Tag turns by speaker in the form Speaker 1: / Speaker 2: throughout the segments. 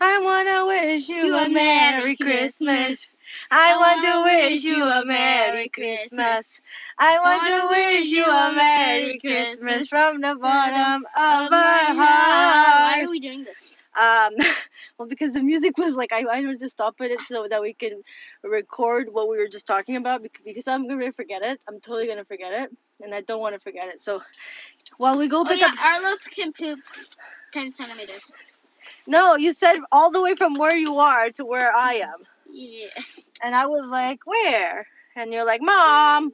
Speaker 1: I wanna wish you
Speaker 2: You
Speaker 1: a
Speaker 2: a
Speaker 1: Merry
Speaker 2: Merry
Speaker 1: Christmas.
Speaker 2: Christmas.
Speaker 1: I want to wish you a Merry Christmas. I want to wish you a Merry Christmas from the bottom of my
Speaker 2: Why
Speaker 1: heart.
Speaker 2: are we doing this?
Speaker 1: Um, well, because the music was like, I, I wanted to stop it so that we can record what we were just talking about bec- because I'm gonna forget it. I'm totally gonna forget it, and I don't want to forget it. So, while we go
Speaker 2: Oh
Speaker 1: pick
Speaker 2: yeah,
Speaker 1: up,
Speaker 2: Arlo can poop ten centimeters.
Speaker 1: no, you said all the way from where you are to where I am.
Speaker 2: Yeah.
Speaker 1: And I was like, where? And you're like, mom.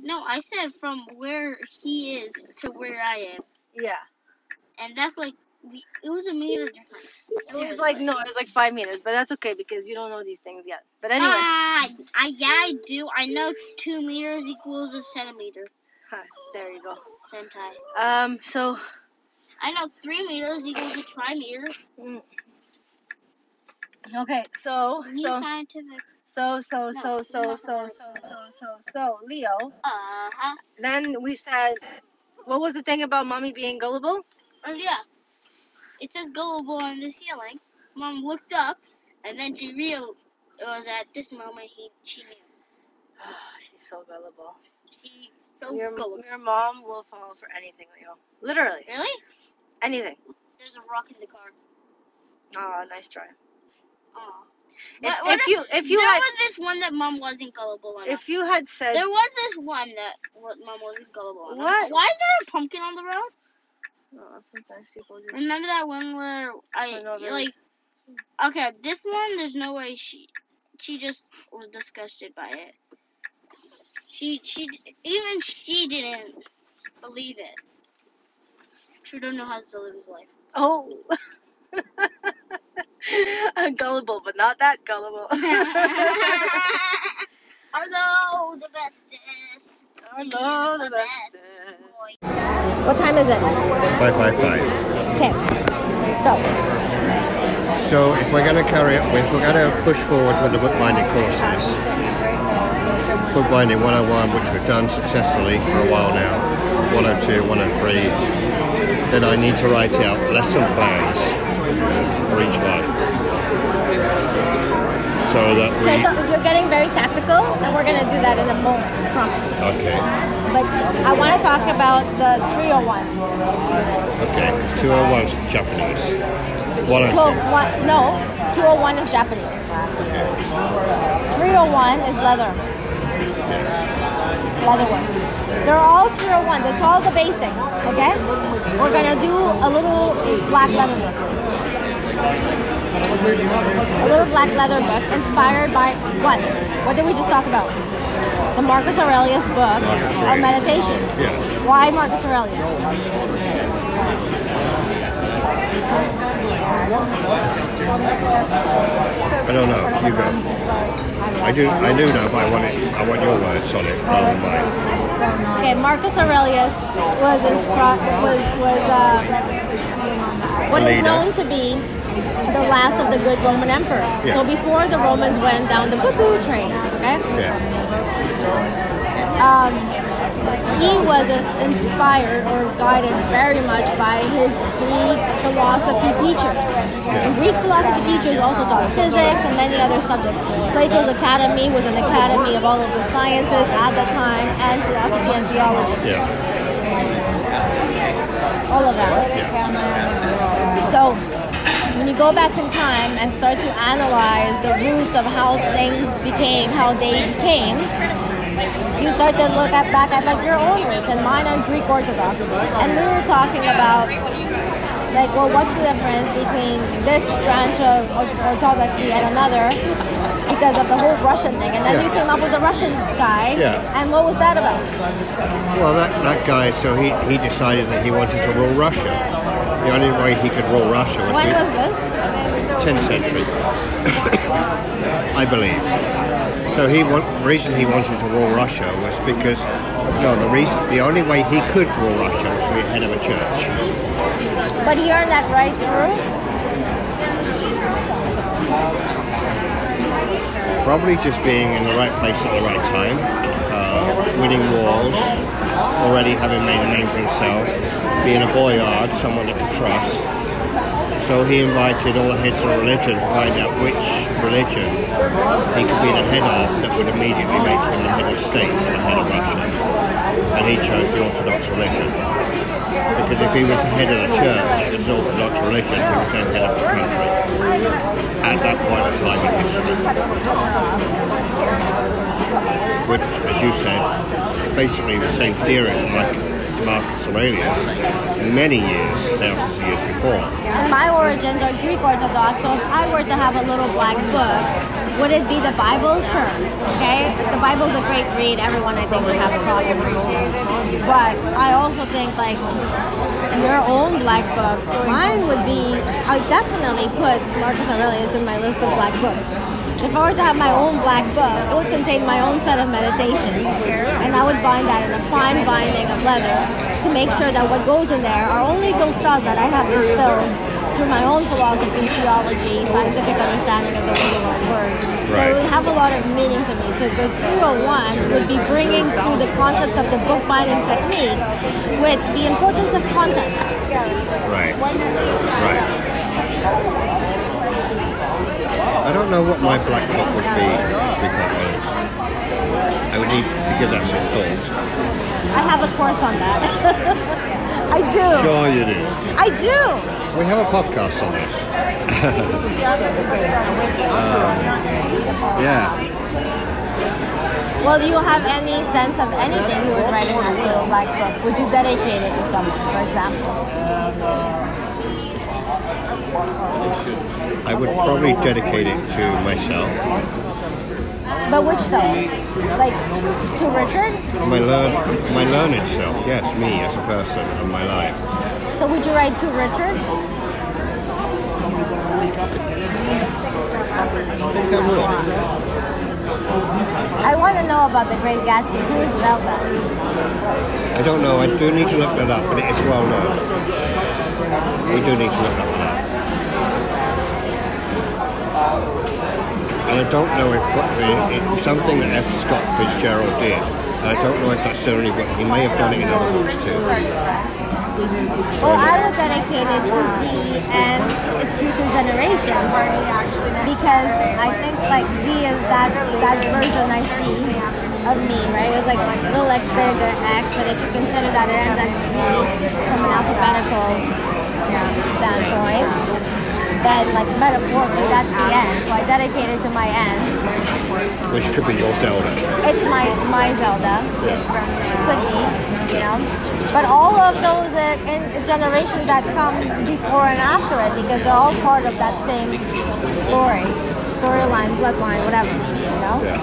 Speaker 2: No, I said from where he is to where I am,
Speaker 1: Yeah.
Speaker 2: and that's like we, it was a meter difference.
Speaker 1: It was like, no, it was like five minutes, but that's okay because you don't know these things yet. But anyway,
Speaker 2: Ah, I yeah I do. I know two meters equals a centimeter.
Speaker 1: huh, there you go.
Speaker 2: Centi.
Speaker 1: Um, so,
Speaker 2: I know three meters equals a trimeter.
Speaker 1: okay, so,
Speaker 2: New
Speaker 1: so,
Speaker 2: scientific.
Speaker 1: so, so, so, so, so,
Speaker 2: No, no.
Speaker 1: so, so, so, so, Leo.
Speaker 2: Uh huh.
Speaker 1: Then we said, what was the thing about mommy being gullible?
Speaker 2: Oh yeah. It says gullible on the ceiling. Mom looked up, and then she real. It was at this moment he she knew.
Speaker 1: Oh, she's so gullible.
Speaker 2: She so
Speaker 1: your,
Speaker 2: gullible.
Speaker 1: your mom will fall for anything, Leo. Literally,
Speaker 2: Really?
Speaker 1: anything.
Speaker 2: There's a rock in the car.
Speaker 1: Oh, nice try.
Speaker 2: Aw.
Speaker 1: If,
Speaker 2: What- what
Speaker 1: if you, if you
Speaker 2: there
Speaker 1: had,
Speaker 2: was this one that mom wasn't gullible enough.
Speaker 1: if you had said,
Speaker 2: there was this one that wa- mom wasn't gullible enough.
Speaker 1: What?
Speaker 2: Why is there a pumpkin on the road?
Speaker 1: Oh, sometimes people do.
Speaker 2: Remember that one where I
Speaker 1: I know there-
Speaker 2: like? Okay, this one there's no way she she just was disgusted by it. She she even she didn't believe it. Trudeau knows how to live his life.
Speaker 1: Oh. I'm gullible, but not that gullible.
Speaker 2: Arlo, the bestest.
Speaker 1: Hello, the best.
Speaker 2: boy.
Speaker 3: What time is it?
Speaker 4: 555.
Speaker 3: Okay. So,
Speaker 4: So if we're going to carry it with, we're going to push forward with the bookbinding courses. Bookbinding 101, which we've done successfully for a while now, 102, 103. Then I need to write out lesson plans for each one. So that
Speaker 3: so I
Speaker 4: we...
Speaker 3: thought you're getting very tactical, and we're gonna do that in a moment, I promise.
Speaker 4: Okay,
Speaker 3: But I want to talk about the 301.
Speaker 4: okay. 201 's Japanese. 102.
Speaker 3: 201, no, 201 is Japanese. 301 is leather. Leather work. They're all 301. That's all the basics. Okay. We're gonna do a little black leather work. A little black leather book inspired by what? What did we just talk about? The Marcus Aurelius book
Speaker 4: Marcus
Speaker 3: on
Speaker 4: Aurelius.
Speaker 3: meditations.
Speaker 4: Yeah.
Speaker 3: Why Marcus Aurelius?
Speaker 4: I don't know. You go. I do. I do know, but I want it. I want your words on it rather than mine.
Speaker 3: Okay, Marcus Aurelius was inscri- was was uh, what is
Speaker 4: Leader.
Speaker 3: known to be the last of the good Roman emperors.
Speaker 4: Yeah.
Speaker 3: So before the Romans went down the cuckoo train, okay,
Speaker 4: Yeah.
Speaker 3: he was uh, inspired or guided very much by his Greek philosophy teachers. And Greek philosophy teachers also taught physics and many other subjects. Plato's Academy was an academy of all of the sciences at the time, and philosophy and theology.
Speaker 4: Yeah,
Speaker 3: all of that. So when you go back in time and start to analyze the roots of how things became, how they became, you start to look at back at like your own roots and mine are Greek Orthodox. And we were talking about like, well, what's the difference between this branch of Ort- Orthodoxy and another? Because of the whole Russian thing, and then
Speaker 4: Yeah.
Speaker 3: you came up with the Russian guy.
Speaker 4: Yeah.
Speaker 3: And what was that about?
Speaker 4: Well, that, that guy, so he, he decided that he wanted to rule Russia. The only way he could rule Russia was
Speaker 3: When was this?
Speaker 4: with 10th century, I believe. So he wa- the reason he wanted to rule Russia was because, no, the reason, the only way he could rule Russia was to be head of a church.
Speaker 3: But he earned that right through.
Speaker 4: Probably just being in the right place at the right time, uh, winning wars, already having made a name for himself, being a boyard, someone that could trust. So So he invited all the heads of religion to find out which religion he could be the head of that would immediately make him the head of state or the head of Russia. And he chose the Orthodox religion. Because if he was the head of the church as an Orthodox religion, he was then head of the country. At that point in time in history. Which, as you said, basically the same theory like Marcus Aurelius many years, thousands of years before.
Speaker 3: And my origins are Greek Orthodox, so if I were to have a little black book, would it be the Bible? Sure. Okay? The Bible's a great read. Everyone, I think, would have a problem with it. But I also think, like, your own black book, mine would be, I would definitely put Marcus Aurelius in my list of black books. If I were to have my own black book, it would contain my own set of meditations. And I would bind that in a fine binding of leather to make sure that what goes in there are only those thoughts that I have distilled through my own philosophy, theology, scientific understanding of the meaning of words. So it would have a lot of meaning to me. So the 201 would be bringing through the concept of the book binding technique with the importance of content.
Speaker 4: Right. Right. I don't know what my black book would be, to be quite honest. I would need to give that some thought.
Speaker 3: I have a course on that. I do.
Speaker 4: Sure you do.
Speaker 3: I do.
Speaker 4: We have a podcast on this. Um, yeah.
Speaker 3: Well, do you have any sense of anything you would write in that little black book? Would you dedicate it to someone, for example?
Speaker 4: I would probably dedicate it to myself.
Speaker 3: But which someone? Like to Richard?
Speaker 4: My learn my learned self, yes, me as a person and my life.
Speaker 3: So would you write to Richard?
Speaker 4: I think I will.
Speaker 3: I want to know about the Great Gatsby. Who is Zelda?
Speaker 4: I don't know, I do need to look that up, but it is well known. We do need to look up that. And I don't know if what the- it's something that F. Scott Fitzgerald did. And I don't know if that's the only book. He may have done it in other books too.
Speaker 3: Well, I would dedicate it to Z and its future generation because I think like Z is that that version I see of me, right? It's like little x bigger than X, but if you consider that it ends at Z from an alphabetical standpoint, then like metaphorically that's the end. So I dedicate it to my end.
Speaker 4: Which could be your Zelda.
Speaker 3: It's my my Zelda. Could be, you know. But all of those uh, in generations that come before and after it, because they're all part of that same story, storyline, bloodline, whatever. You know.
Speaker 4: Yeah.